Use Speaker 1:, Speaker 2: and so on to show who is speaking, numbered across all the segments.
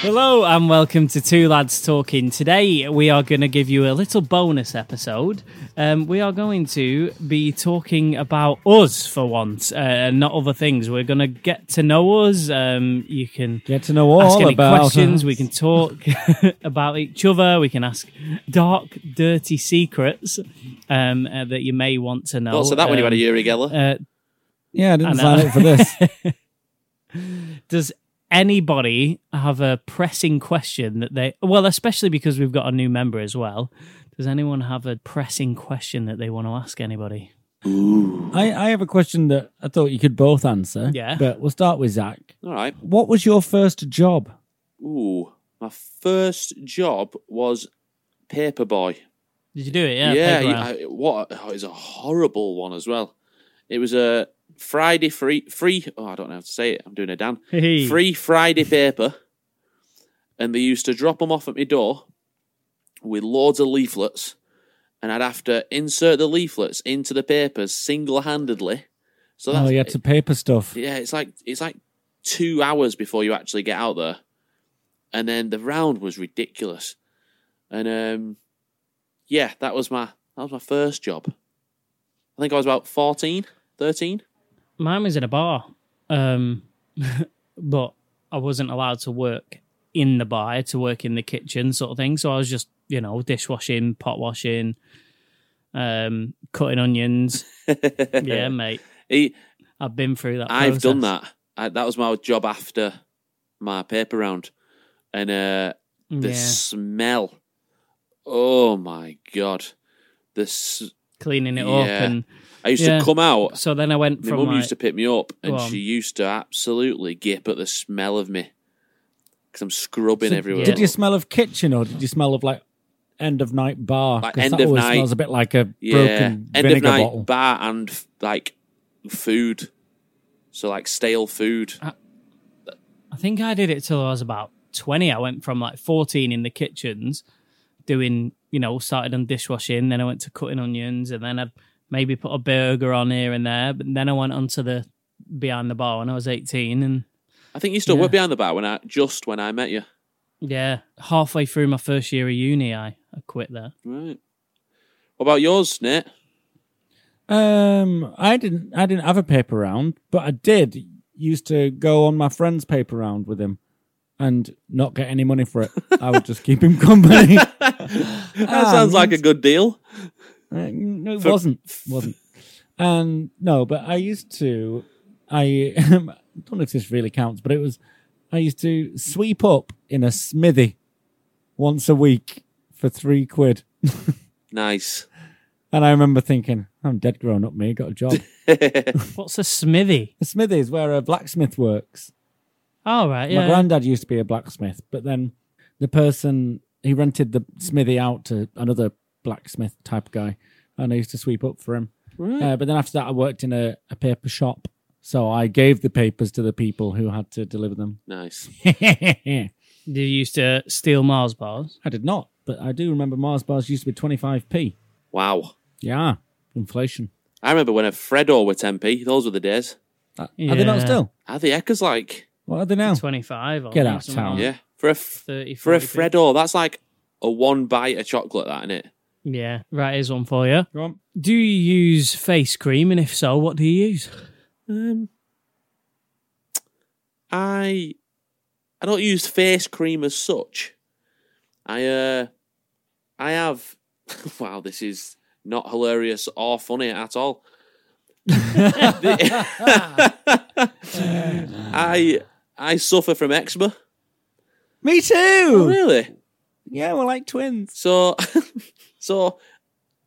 Speaker 1: Hello and welcome to Two Lads Talking. Today we are going to give you a little bonus episode. Um, we are going to be talking about us for once uh, and not other things. We're going to get to know us. Um, you can
Speaker 2: Get to know all
Speaker 1: ask any
Speaker 2: about uh,
Speaker 1: questions.
Speaker 2: us.
Speaker 1: We can talk about each other. We can ask dark, dirty secrets um, uh, that you may want to know.
Speaker 3: Lots of that when you had a
Speaker 1: Um,
Speaker 3: year Geller.
Speaker 1: uh,
Speaker 2: Yeah, I didn't
Speaker 1: I know.
Speaker 2: sign up for this.
Speaker 1: does anybody have a pressing question that they well especially because we've got a new member as well does anyone have a pressing question that they want to ask anybody
Speaker 2: I, I have a question that I thought you could both answer.
Speaker 1: Yeah.
Speaker 2: But we'll start with Zach.
Speaker 3: All right.
Speaker 2: What was your first job?
Speaker 3: Ooh, my first job was paperboy.
Speaker 1: did you do it yeah paper round.
Speaker 3: I, what? Oh, it was a horrible one as well. It was a Friday free free. Oh, I don't know how to say it. I'm doing a Dan.
Speaker 1: Hey.
Speaker 3: Free Friday paper, and they used to drop them off at my door with loads of leaflets, and I'd have to insert the leaflets into the papers single handedly. So that's
Speaker 2: oh, you had to paper stuff.
Speaker 3: yeah, it's like it's like two hours before you actually get out there, and then the round was ridiculous, and um, yeah, that was my that was my first job. I think I was about 14, 13.
Speaker 1: mine was in a bar um but i wasn't allowed to work in the bar I had to work in the kitchen sort of thing so i was just you know dishwashing pot washing um cutting onions yeah mate
Speaker 3: He-
Speaker 1: i've been through that
Speaker 3: I've done
Speaker 1: process.
Speaker 3: that. I, that was my job after my paper round, and uh, the
Speaker 1: yeah
Speaker 3: smell. Oh my god, this.
Speaker 1: cleaning it up
Speaker 3: Yeah.
Speaker 1: and
Speaker 3: I used
Speaker 1: Yeah.
Speaker 3: to come out
Speaker 1: So then I went
Speaker 3: My
Speaker 1: from
Speaker 3: mum
Speaker 1: like,
Speaker 3: used to pick me up, and
Speaker 1: Go on.
Speaker 3: she used to absolutely gip at the smell of me because I'm scrubbing
Speaker 2: So
Speaker 3: everywhere.
Speaker 2: Did you smell of kitchen or did you smell of like end of night bar?
Speaker 3: Like
Speaker 2: 'Cause
Speaker 3: end
Speaker 2: that
Speaker 3: of
Speaker 2: always
Speaker 3: night.
Speaker 2: smells a bit like a
Speaker 3: yeah,
Speaker 2: broken
Speaker 3: end of
Speaker 2: vinegar
Speaker 3: night
Speaker 2: bottle.
Speaker 3: bar and f- like food, so like stale food.
Speaker 1: I think I did it till I was about 20. I went from like 14 in the kitchens doing, you know, started on dishwashing, then I went to cutting onions, and then I'd maybe put a burger on here and there. But then I went onto the behind the bar when I was 18. And
Speaker 3: I think you still
Speaker 1: Yeah.
Speaker 3: were behind the bar when I just when I met you.
Speaker 1: yeah, halfway through my first year of uni, I, I quit there.
Speaker 3: Right. What about yours, Nate?
Speaker 2: Um, I didn't. I didn't have a paper round, but I did used to go on my friend's paper round with him, and not get any money for it. I would just keep him company.
Speaker 3: That
Speaker 2: Ah,
Speaker 3: sounds like a good deal.
Speaker 2: Uh, no, it wasn't. Wasn't. And no, but I used to. I don't know if this really counts, but it was. I used to sweep up in a smithy once a week for three quid,
Speaker 3: Nice.
Speaker 2: and I remember thinking, "I'm dead grown up, me. Got a job."
Speaker 1: What's a smithy?
Speaker 2: a smithy is where a blacksmith works.
Speaker 1: All right,
Speaker 2: My
Speaker 1: yeah.
Speaker 2: granddad used to be a blacksmith, but then the person he rented the smithy out to another blacksmith type guy, and I used to sweep up for him.
Speaker 3: Right.
Speaker 2: Uh, but then after that, I worked in a, a paper shop, so I gave the papers to the people who had to deliver them.
Speaker 3: nice.
Speaker 2: I
Speaker 1: Did you used to steal Mars bars?
Speaker 2: did not, but I do remember Mars bars used to be twenty five p.
Speaker 3: Wow.
Speaker 2: Yeah, inflation.
Speaker 3: I remember when a Freddo were 10p. Those were the days.
Speaker 2: Uh, Are they not
Speaker 1: Yeah.
Speaker 2: still?
Speaker 3: Are the heckers like?
Speaker 2: What are they now?
Speaker 1: 25 or
Speaker 2: Oh. Get out of
Speaker 1: something
Speaker 2: town.
Speaker 1: like
Speaker 3: Yeah. For a f-
Speaker 1: 30,
Speaker 3: For a
Speaker 1: 40p.
Speaker 3: Freddo, that's like a one bite of chocolate, that isn't it?
Speaker 1: Yeah, right, here's one for you.
Speaker 2: Go on.
Speaker 1: Do you use face cream? And if so, what do you use?
Speaker 3: Um, I I don't use face cream as such. I uh I have wow, this is not hilarious or funny at all. I I suffer from eczema.
Speaker 2: Me too.
Speaker 3: Really?
Speaker 2: Yeah, we're like twins.
Speaker 3: So, so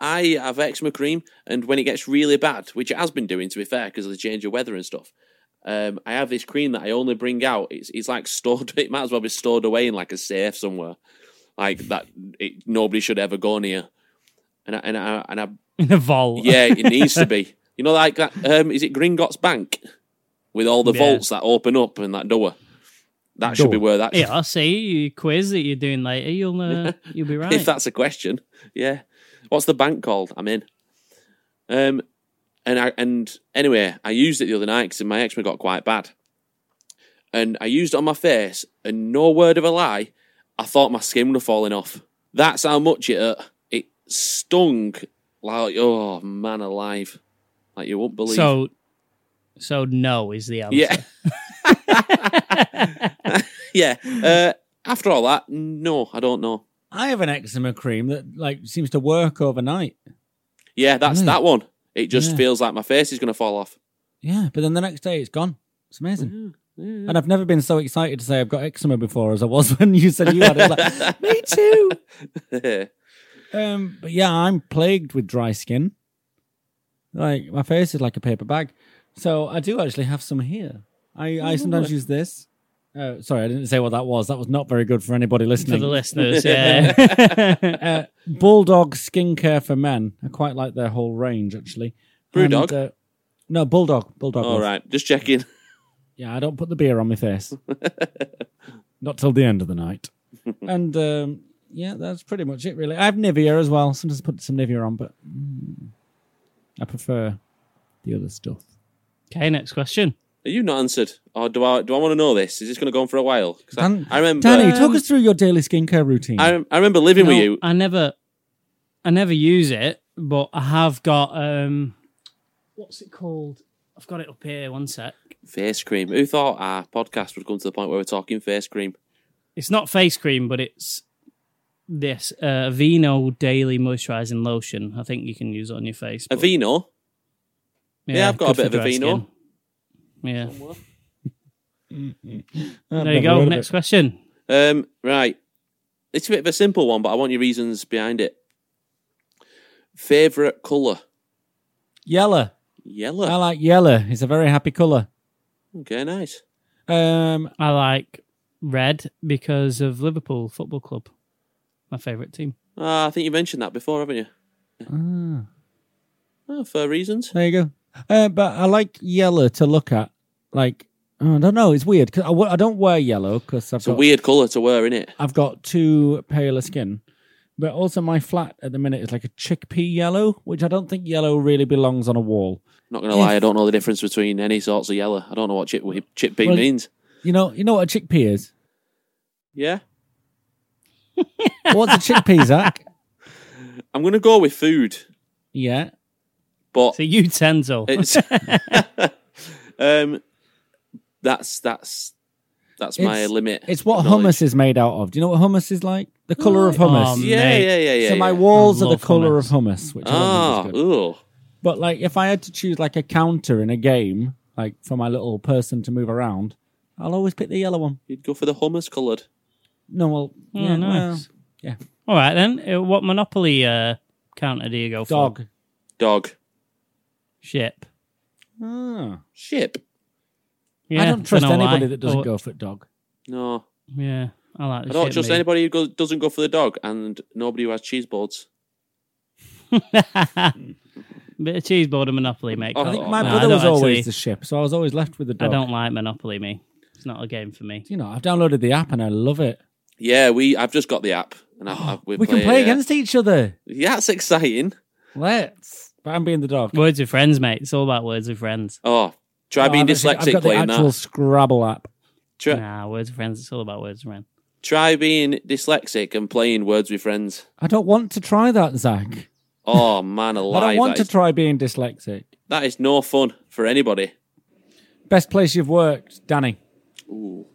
Speaker 3: I have eczema cream, and when it gets really bad, which it has been doing to be fair, because of the change of weather and stuff, um, I have this cream that I only bring out. It's it's like stored. It might as well be stored away in like a safe somewhere, like that. It, nobody should ever go near. And I, and I, and I,
Speaker 1: In a vault.
Speaker 3: yeah, it needs to be. You know, like that. Um, is it Gringotts Bank with all the
Speaker 1: Yeah.
Speaker 3: vaults that open up and that door? That should be
Speaker 2: Door.
Speaker 3: where that. Should,
Speaker 1: Yeah, I'll see your quiz that you're doing later. You'll uh, you'll be right.
Speaker 3: if that's a question. Yeah. What's the bank called? I'm in. Um, and I and anyway, I used it the other night because my eczema got quite bad, and I used it on my face, and no word of a lie, I thought my skin was falling off. That's how much it hurt. It stung like oh man alive, like you won't believe.
Speaker 1: So, so no is the answer.
Speaker 3: yeah, yeah. Uh, after all that, no, I don't know.
Speaker 2: I have an eczema cream that like seems to work overnight.
Speaker 3: Yeah, that's
Speaker 1: Mm.
Speaker 2: Really?
Speaker 3: that one. It just
Speaker 2: Yeah.
Speaker 3: feels like my face is going to fall off.
Speaker 2: Yeah, but then the next day it's gone. It's amazing.
Speaker 3: Yeah.
Speaker 2: And I've never been so excited to say I've got eczema before as I was when you said you had it. It's like, Me too. Um, but yeah, I'm plagued with dry skin. Like my face is like a paper bag. So I do actually have some here. I,
Speaker 3: Oh,
Speaker 2: I sometimes use this. Uh, sorry, I didn't say what that was. That was not very good for anybody
Speaker 1: For
Speaker 2: listening.
Speaker 1: the listeners, yeah.
Speaker 2: uh, Bulldog skincare for men. I quite like their whole range actually.
Speaker 3: Brewdog? Oh,
Speaker 2: And, uh, no, Bulldog. Bulldog.
Speaker 3: all
Speaker 2: was-
Speaker 3: right, just checking.
Speaker 2: yeah, I don't put the beer on my face. Not till the end of the night. and um, yeah, that's pretty much it, really. I have Nivea as well. Sometimes I put some Nivea on, but mm, I prefer the other stuff.
Speaker 1: okay, next question.
Speaker 3: Are you not answered, or do I do I want to know this? Is this going to go on for a while? 'Cause I-
Speaker 2: Dan-
Speaker 3: I, remember,
Speaker 2: Danny,
Speaker 1: Um,
Speaker 2: talk us through your daily skincare routine.
Speaker 3: I, I remember living with
Speaker 1: No,
Speaker 3: you.
Speaker 1: I never, I never use it, but I have got um, what's it called? I've got it up here. One sec.
Speaker 3: Face cream. Who thought our podcast would come to the point where we're talking face cream?
Speaker 1: It's not face cream, but it's this uh, Aveeno Daily Moisturizing Lotion. I think you can use it on your face. but-
Speaker 3: Aveeno. yeah, I've got a
Speaker 1: good
Speaker 3: bit
Speaker 1: for
Speaker 3: of
Speaker 1: dry
Speaker 3: Aveeno.
Speaker 1: skin. Yeah.
Speaker 2: I've
Speaker 1: There you
Speaker 2: never heard
Speaker 1: go.
Speaker 2: of
Speaker 1: Next
Speaker 2: it.
Speaker 1: question.
Speaker 3: Um, right. It's a bit of a simple one, but I want your reasons behind it. Favorite color?
Speaker 2: Yellow.
Speaker 3: Yellow.
Speaker 2: I like yellow. It's a very happy color.
Speaker 3: Okay, nice.
Speaker 2: Um,
Speaker 1: I like red because of Liverpool Football Club, my favourite team.
Speaker 3: Ah, I think you mentioned that before, haven't you?
Speaker 2: ah,
Speaker 3: Oh, for reasons.
Speaker 2: there you go. Uh, but I like yellow to look at. Like, I don't know. It's weird because I, w- I don't wear yellow because I've
Speaker 3: It's a
Speaker 2: got
Speaker 3: weird color to wear, innit?
Speaker 2: I've got too paler skin. But also my flat at the minute is like a chickpea yellow, which I don't think yellow really belongs on a wall.
Speaker 3: Not gonna
Speaker 2: If-
Speaker 3: lie, I don't know the difference between any sorts of yellow. I don't know what chip chip pea
Speaker 2: Well-
Speaker 3: means.
Speaker 2: You know, you know what a chickpea is?
Speaker 3: Yeah,
Speaker 2: What's a chickpea, Zach?
Speaker 3: I'm gonna go with food,
Speaker 2: Yeah.
Speaker 1: It's
Speaker 3: but
Speaker 1: a utensil.
Speaker 3: it's um, that's that's that's my
Speaker 2: It's-
Speaker 3: limit.
Speaker 2: It's what
Speaker 3: of
Speaker 2: hummus
Speaker 3: knowledge.
Speaker 2: is made out of. Do you know what hummus is like? The colour of hummus.
Speaker 1: Um,
Speaker 3: Yeah,
Speaker 1: mate.
Speaker 3: yeah, yeah, yeah.
Speaker 2: so my
Speaker 3: yeah.
Speaker 2: walls
Speaker 1: I
Speaker 2: are the
Speaker 1: love
Speaker 2: colour of hummus, which I don't
Speaker 3: Ah,
Speaker 2: think is good.
Speaker 3: ooh.
Speaker 2: But like if I had to choose like a counter in a game, like for my little person to move around, I'll always pick the yellow one.
Speaker 3: You'd go for the hummus coloured.
Speaker 2: No, well,
Speaker 1: Oh,
Speaker 2: yeah, well,
Speaker 1: nice.
Speaker 2: yeah.
Speaker 1: All right then. Uh, What Monopoly uh, counter do you go for?
Speaker 2: dog.
Speaker 3: Dog.
Speaker 1: Ship.
Speaker 2: Ah.
Speaker 3: Ship.
Speaker 1: Yeah,
Speaker 2: I don't trust
Speaker 1: dunno why.
Speaker 2: anybody that doesn't
Speaker 1: Oh,
Speaker 2: go for dog.
Speaker 3: No.
Speaker 1: Yeah, I like. The
Speaker 3: I don't
Speaker 1: ship
Speaker 3: trust
Speaker 1: move.
Speaker 3: anybody who go, doesn't go for the dog and nobody who has cheese boards.
Speaker 1: Bit of cheese board and Monopoly, mate.
Speaker 3: Oh,
Speaker 2: I think
Speaker 1: Come
Speaker 2: my
Speaker 1: on. No,
Speaker 2: brother
Speaker 1: I
Speaker 2: was
Speaker 1: don't
Speaker 2: always
Speaker 1: actually-
Speaker 2: the ship, so I was always left with the
Speaker 1: I
Speaker 2: dog.
Speaker 1: don't like Monopoly, me. It's not a game for me.
Speaker 2: You know, I've downloaded the app and I love it.
Speaker 3: Yeah, we. I've just got the app and I've, I've,
Speaker 2: We
Speaker 3: we're
Speaker 2: can
Speaker 3: playing,
Speaker 2: play
Speaker 3: yeah.
Speaker 2: against each other.
Speaker 3: Yeah, that's exciting.
Speaker 2: Let's. But I'm being the dog.
Speaker 1: Words with friends, mate. It's all about words with friends.
Speaker 3: Oh, try
Speaker 2: No, I've
Speaker 3: being
Speaker 2: actually- I've
Speaker 3: dyslexic
Speaker 2: got
Speaker 3: playing
Speaker 2: the actual
Speaker 3: that.
Speaker 2: Scrabble app.
Speaker 3: Try,
Speaker 1: Nah, words with friends. It's all about words with friends.
Speaker 3: try being dyslexic and playing words with friends.
Speaker 2: I don't want to try that, Zach.
Speaker 3: Oh man,
Speaker 2: I
Speaker 3: alive!
Speaker 2: don't want
Speaker 3: that,
Speaker 2: to
Speaker 3: is,
Speaker 2: try being dyslexic.
Speaker 3: that is no fun for anybody.
Speaker 2: Best place you've worked, Danny.
Speaker 3: Ooh,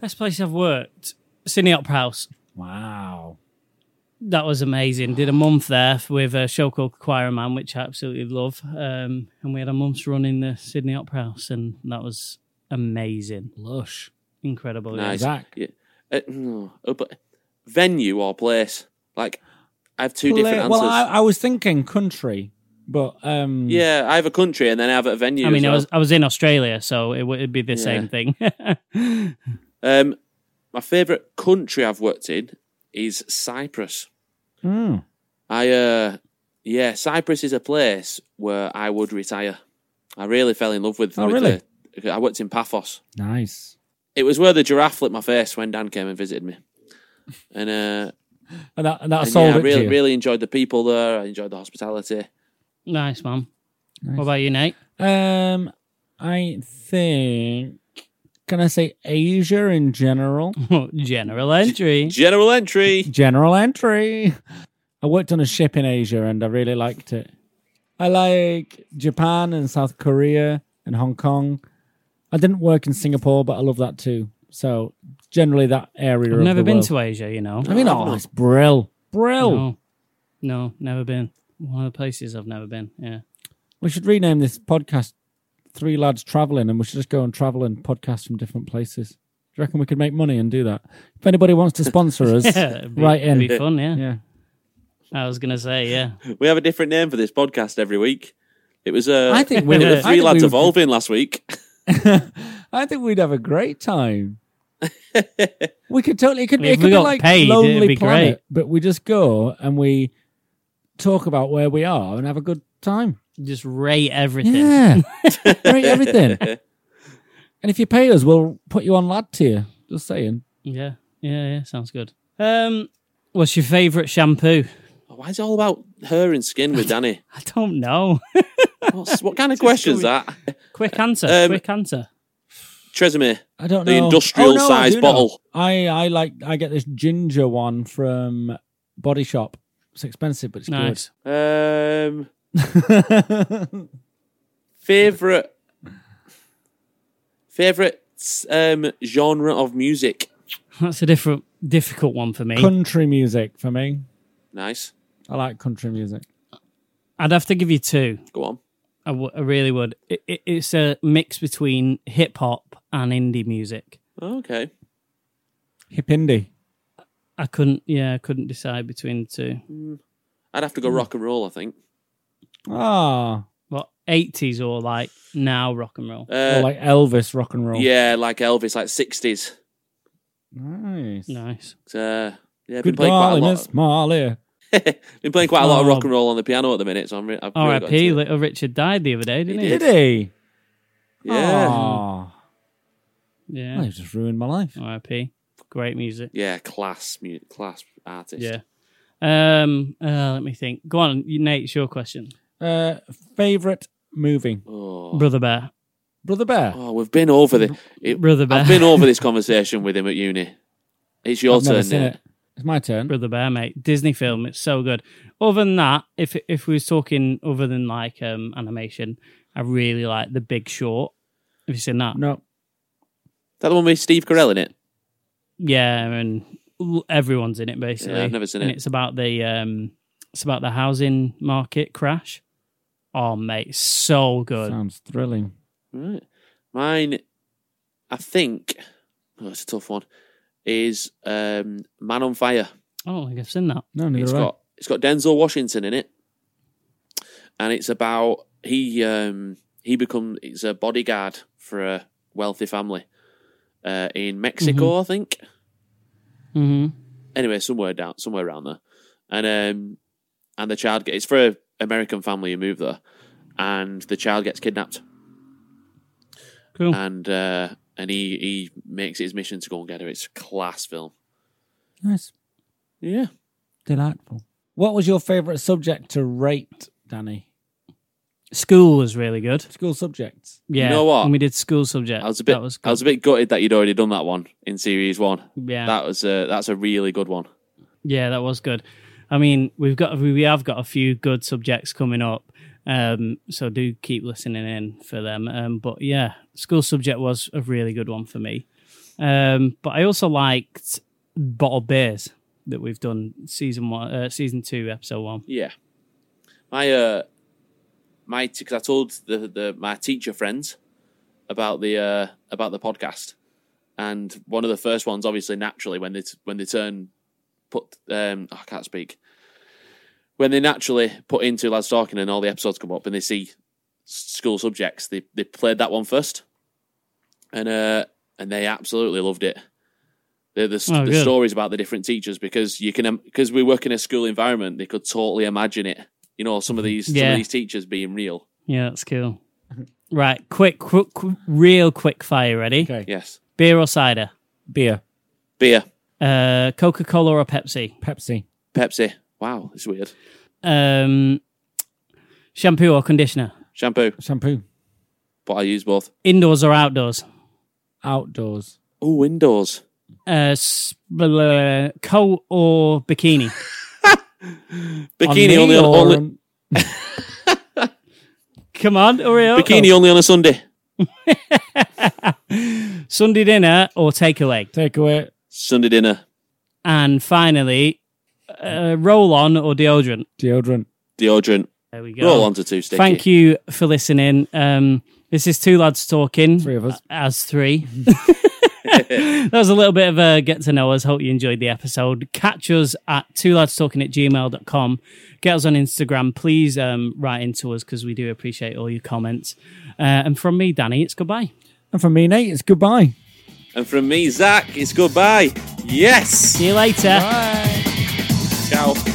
Speaker 1: Best place I've worked, Sydney Opera House.
Speaker 2: Wow.
Speaker 1: That was amazing. Did a month there with a show called Choir Man, which I absolutely love. Um, and we had a month's run in the Sydney Opera House, and that was amazing,
Speaker 2: Lush.
Speaker 1: incredible. yeah.
Speaker 3: nice.
Speaker 2: Zach.
Speaker 3: Yeah. Uh, no, uh, but venue or place? Like, I have two different
Speaker 2: Well,
Speaker 3: answers.
Speaker 2: I, I was thinking country, but um,
Speaker 3: yeah, I have a country and then I have a venue.
Speaker 1: I mean,
Speaker 3: as
Speaker 1: I
Speaker 3: well.
Speaker 1: was I was in Australia, so it would it'd be the same thing.
Speaker 3: Um, my favourite country I've worked in is Cyprus.
Speaker 2: mm,
Speaker 3: I, uh, yeah, Cyprus is a place where I would retire. I really fell in love with.
Speaker 2: Oh,
Speaker 3: with
Speaker 2: really?
Speaker 3: the- I worked in Paphos.
Speaker 2: nice.
Speaker 3: It was where the giraffe licked my face when Dan came and visited me, and uh,
Speaker 2: And that, and that
Speaker 3: and
Speaker 2: sold
Speaker 3: yeah, I
Speaker 2: it to
Speaker 3: really,
Speaker 2: you.
Speaker 3: really enjoyed the people there. I enjoyed the hospitality.
Speaker 1: nice, man.
Speaker 2: Nice.
Speaker 1: What about you, Nate?
Speaker 2: Um, I Um, think can I say Asia in general?
Speaker 1: General entry.
Speaker 3: General entry.
Speaker 2: General entry. I worked on a ship in Asia and I really liked it. I like Japan and South Korea and Hong Kong. I didn't work in Singapore, but I love that too. So generally that area.
Speaker 1: I've
Speaker 2: of
Speaker 1: never
Speaker 2: the
Speaker 1: been
Speaker 2: world.
Speaker 1: to Asia, you know.
Speaker 2: I mean, oh, it's brill, brill.
Speaker 1: No. no, never been. One of the places I've never been. Yeah.
Speaker 2: We should rename this podcast Three Lads Traveling and we should just go and travel and podcast from different places. Do you reckon we could make money and do that? If anybody wants to sponsor us,
Speaker 1: it'd be,
Speaker 2: right
Speaker 1: it'd
Speaker 2: in.
Speaker 1: be fun, yeah.
Speaker 2: Yeah.
Speaker 1: I was gonna say, yeah.
Speaker 3: We have a different name for this podcast every week. It was uh,
Speaker 2: I think we
Speaker 3: it
Speaker 2: would-
Speaker 3: was
Speaker 2: I
Speaker 3: three
Speaker 2: think
Speaker 3: lads
Speaker 2: we would-
Speaker 3: evolving last week.
Speaker 2: I think we'd have a great time. we could totally. It could,
Speaker 1: I mean,
Speaker 2: it
Speaker 1: if
Speaker 2: could
Speaker 1: we
Speaker 2: be
Speaker 1: got
Speaker 2: like
Speaker 1: paid, it'd
Speaker 2: Lonely
Speaker 1: be
Speaker 2: Planet,
Speaker 1: great.
Speaker 2: but we just go and we talk about where we are and have a good time.
Speaker 1: Just rate everything.
Speaker 2: Yeah, rate everything. And if you pay us, we'll put you on lad tier. Just saying.
Speaker 1: Yeah, yeah, yeah. Sounds good. Um, what's your favourite shampoo?
Speaker 3: Why is it all about her and skin with Danny?
Speaker 1: I don't know.
Speaker 3: What's, what kind of question's that?
Speaker 1: quick answer.
Speaker 3: Um,
Speaker 1: quick answer.
Speaker 3: Tresemme.
Speaker 2: I don't
Speaker 3: The
Speaker 2: know. Oh,
Speaker 3: industrial size
Speaker 2: I do
Speaker 3: bottle.
Speaker 2: know. I I like. I get this ginger one from Body Shop. It's expensive, but it's
Speaker 1: Nice.
Speaker 3: Um,
Speaker 2: good.
Speaker 3: favorite favorite um, genre of music.
Speaker 1: That's a different, difficult one for me.
Speaker 2: country music for me.
Speaker 3: Nice.
Speaker 2: I like country music.
Speaker 1: I'd have to give you two.
Speaker 3: Go on.
Speaker 1: I, w- I really would. It, it, it's a mix between hip hop and indie music.
Speaker 3: Okay.
Speaker 2: Hip indie.
Speaker 1: I couldn't. Yeah, I couldn't decide between the two.
Speaker 3: I'd have to
Speaker 2: Hmm.
Speaker 3: go rock and roll. I think.
Speaker 2: Ah,
Speaker 1: What eighties or like now rock and roll?
Speaker 2: or
Speaker 3: Uh,
Speaker 2: like Elvis rock and roll.
Speaker 3: yeah, like Elvis, like sixties.
Speaker 2: nice.
Speaker 1: Nice.
Speaker 3: Uh, yeah, been
Speaker 2: Good
Speaker 3: playing quite a
Speaker 2: golly,
Speaker 3: lot.
Speaker 2: Miss Marley.
Speaker 3: been playing quite a lot of
Speaker 1: Oh.
Speaker 3: rock and roll on the piano at the minute, so I'm. Re- I've really got
Speaker 1: R.I.P.
Speaker 3: into it.
Speaker 1: Little oh, Richard died the other day, didn't he?
Speaker 3: did.
Speaker 2: Did he? Aw.
Speaker 3: Yeah,
Speaker 2: Well,
Speaker 1: Yeah.
Speaker 2: you just ruined my life.
Speaker 1: R.I.P. Great music.
Speaker 3: yeah, class, mu- class artist.
Speaker 1: Yeah. Um. uh, let me think. Go on, you- Nate. It's your question,
Speaker 2: Uh, favorite movie,
Speaker 3: Oh.
Speaker 1: brother bear.
Speaker 2: Brother Bear.
Speaker 3: oh, we've been over the. It,
Speaker 1: Brother bear.
Speaker 3: I've been over this conversation with him at uni. It's your
Speaker 2: I've never
Speaker 3: turn
Speaker 2: seen
Speaker 3: now.
Speaker 2: it. It's my turn.
Speaker 1: brother bear, mate. Disney film. It's so good. Other than that, if if we was talking other than like um animation, I really like The Big Short. Have you seen that?
Speaker 2: No,
Speaker 3: That the one with Steve Carell in it.
Speaker 1: Yeah, and l- everyone's in it basically.
Speaker 3: Yeah, I've never seen
Speaker 1: and
Speaker 3: it.
Speaker 1: it's about the um, it's about the housing market crash. Oh, mate, so good.
Speaker 2: sounds thrilling.
Speaker 3: Right. Mine, I think. Oh, it's a tough one. Is um, Man on Fire.
Speaker 1: Oh, I don't think I've seen that.
Speaker 2: No, neither
Speaker 3: It's
Speaker 2: have I.
Speaker 3: got it's got Denzel Washington in it, and it's about he um he becomes it's a bodyguard for a wealthy family uh, in Mexico,
Speaker 1: Mm-hmm.
Speaker 3: I think.
Speaker 1: hmm
Speaker 3: Mm-hmm. Anyway, somewhere down somewhere around there, and um and the child gets it's for an American family who moved there, and the child gets kidnapped,
Speaker 1: Cool.
Speaker 3: and uh, and he he makes it his mission to go and get her. It's a class film.
Speaker 2: Nice,
Speaker 3: Yeah.
Speaker 2: delightful. What was your favorite subject to rate, Danny?
Speaker 1: School was really good.
Speaker 2: School subjects.
Speaker 1: Yeah.
Speaker 3: know what?
Speaker 1: And we did school subject.
Speaker 3: I was a bit
Speaker 1: That was good.
Speaker 3: I was a bit gutted that you'd already done that one in series one.
Speaker 1: yeah.
Speaker 3: That was a, that's a really good one.
Speaker 1: Yeah, that was good. I mean, we've got we have got a few good subjects coming up, um, so do keep listening in for them. Um, but yeah, school subject was a really good one for me. Um, but I also liked bottle beers that we've done season one, uh, season two, episode one.
Speaker 3: Yeah, my uh, my because I told the the my teacher friends about the uh about the podcast, and one of the first ones, obviously, naturally when they t- when they turn put um I can't speak when they naturally put into lads talking and all the episodes come up and they see s- school subjects, they they played that one first, and uh and they absolutely loved it. The, the, s-
Speaker 1: Oh,
Speaker 3: the
Speaker 1: good.
Speaker 3: stories about the different teachers because you can because we work in a school environment they could totally imagine it you know some of these some
Speaker 1: Yeah.
Speaker 3: of these teachers being real
Speaker 1: Yeah, that's cool. Right, quick, quick, qu- real quick fire. Ready?
Speaker 2: Okay.
Speaker 3: yes
Speaker 1: Beer or cider?
Speaker 2: Beer,
Speaker 3: beer
Speaker 1: Uh, Coca Cola or Pepsi?
Speaker 2: Pepsi,
Speaker 3: Pepsi. Wow, it's weird.
Speaker 1: Um, shampoo or conditioner?
Speaker 3: Shampoo,
Speaker 2: shampoo,
Speaker 3: but I use both.
Speaker 1: Indoors or outdoors?
Speaker 2: outdoors?
Speaker 3: Oh, indoors.
Speaker 1: Uh, s- blah, blah, blah, coat or bikini?
Speaker 3: Bikini
Speaker 2: on me
Speaker 3: only on,
Speaker 2: or
Speaker 3: only
Speaker 2: on-
Speaker 1: Come on, hurry up.
Speaker 3: bikini only on a Sunday.
Speaker 1: Sunday dinner or takeaway?
Speaker 2: take away
Speaker 3: Sunday dinner.
Speaker 1: And finally, uh, roll on or deodorant?
Speaker 2: deodorant.
Speaker 3: Deodorant.
Speaker 1: There we go.
Speaker 3: Roll on to two sticky.
Speaker 1: Thank you for listening. Um, this is two lads talking.
Speaker 2: Three of us.
Speaker 1: as three. that was a little bit of a get to know us. Hope you enjoyed the episode. Catch us at two lads talking at gmail.com. Get us on Instagram. Please um, write into us because we do appreciate all your comments. Uh, and from me, Danny, it's goodbye.
Speaker 2: And from me, Nate, it's goodbye.
Speaker 3: And from me, Zach, it's goodbye. Yes.
Speaker 1: See you later.
Speaker 2: Bye.
Speaker 3: Ciao.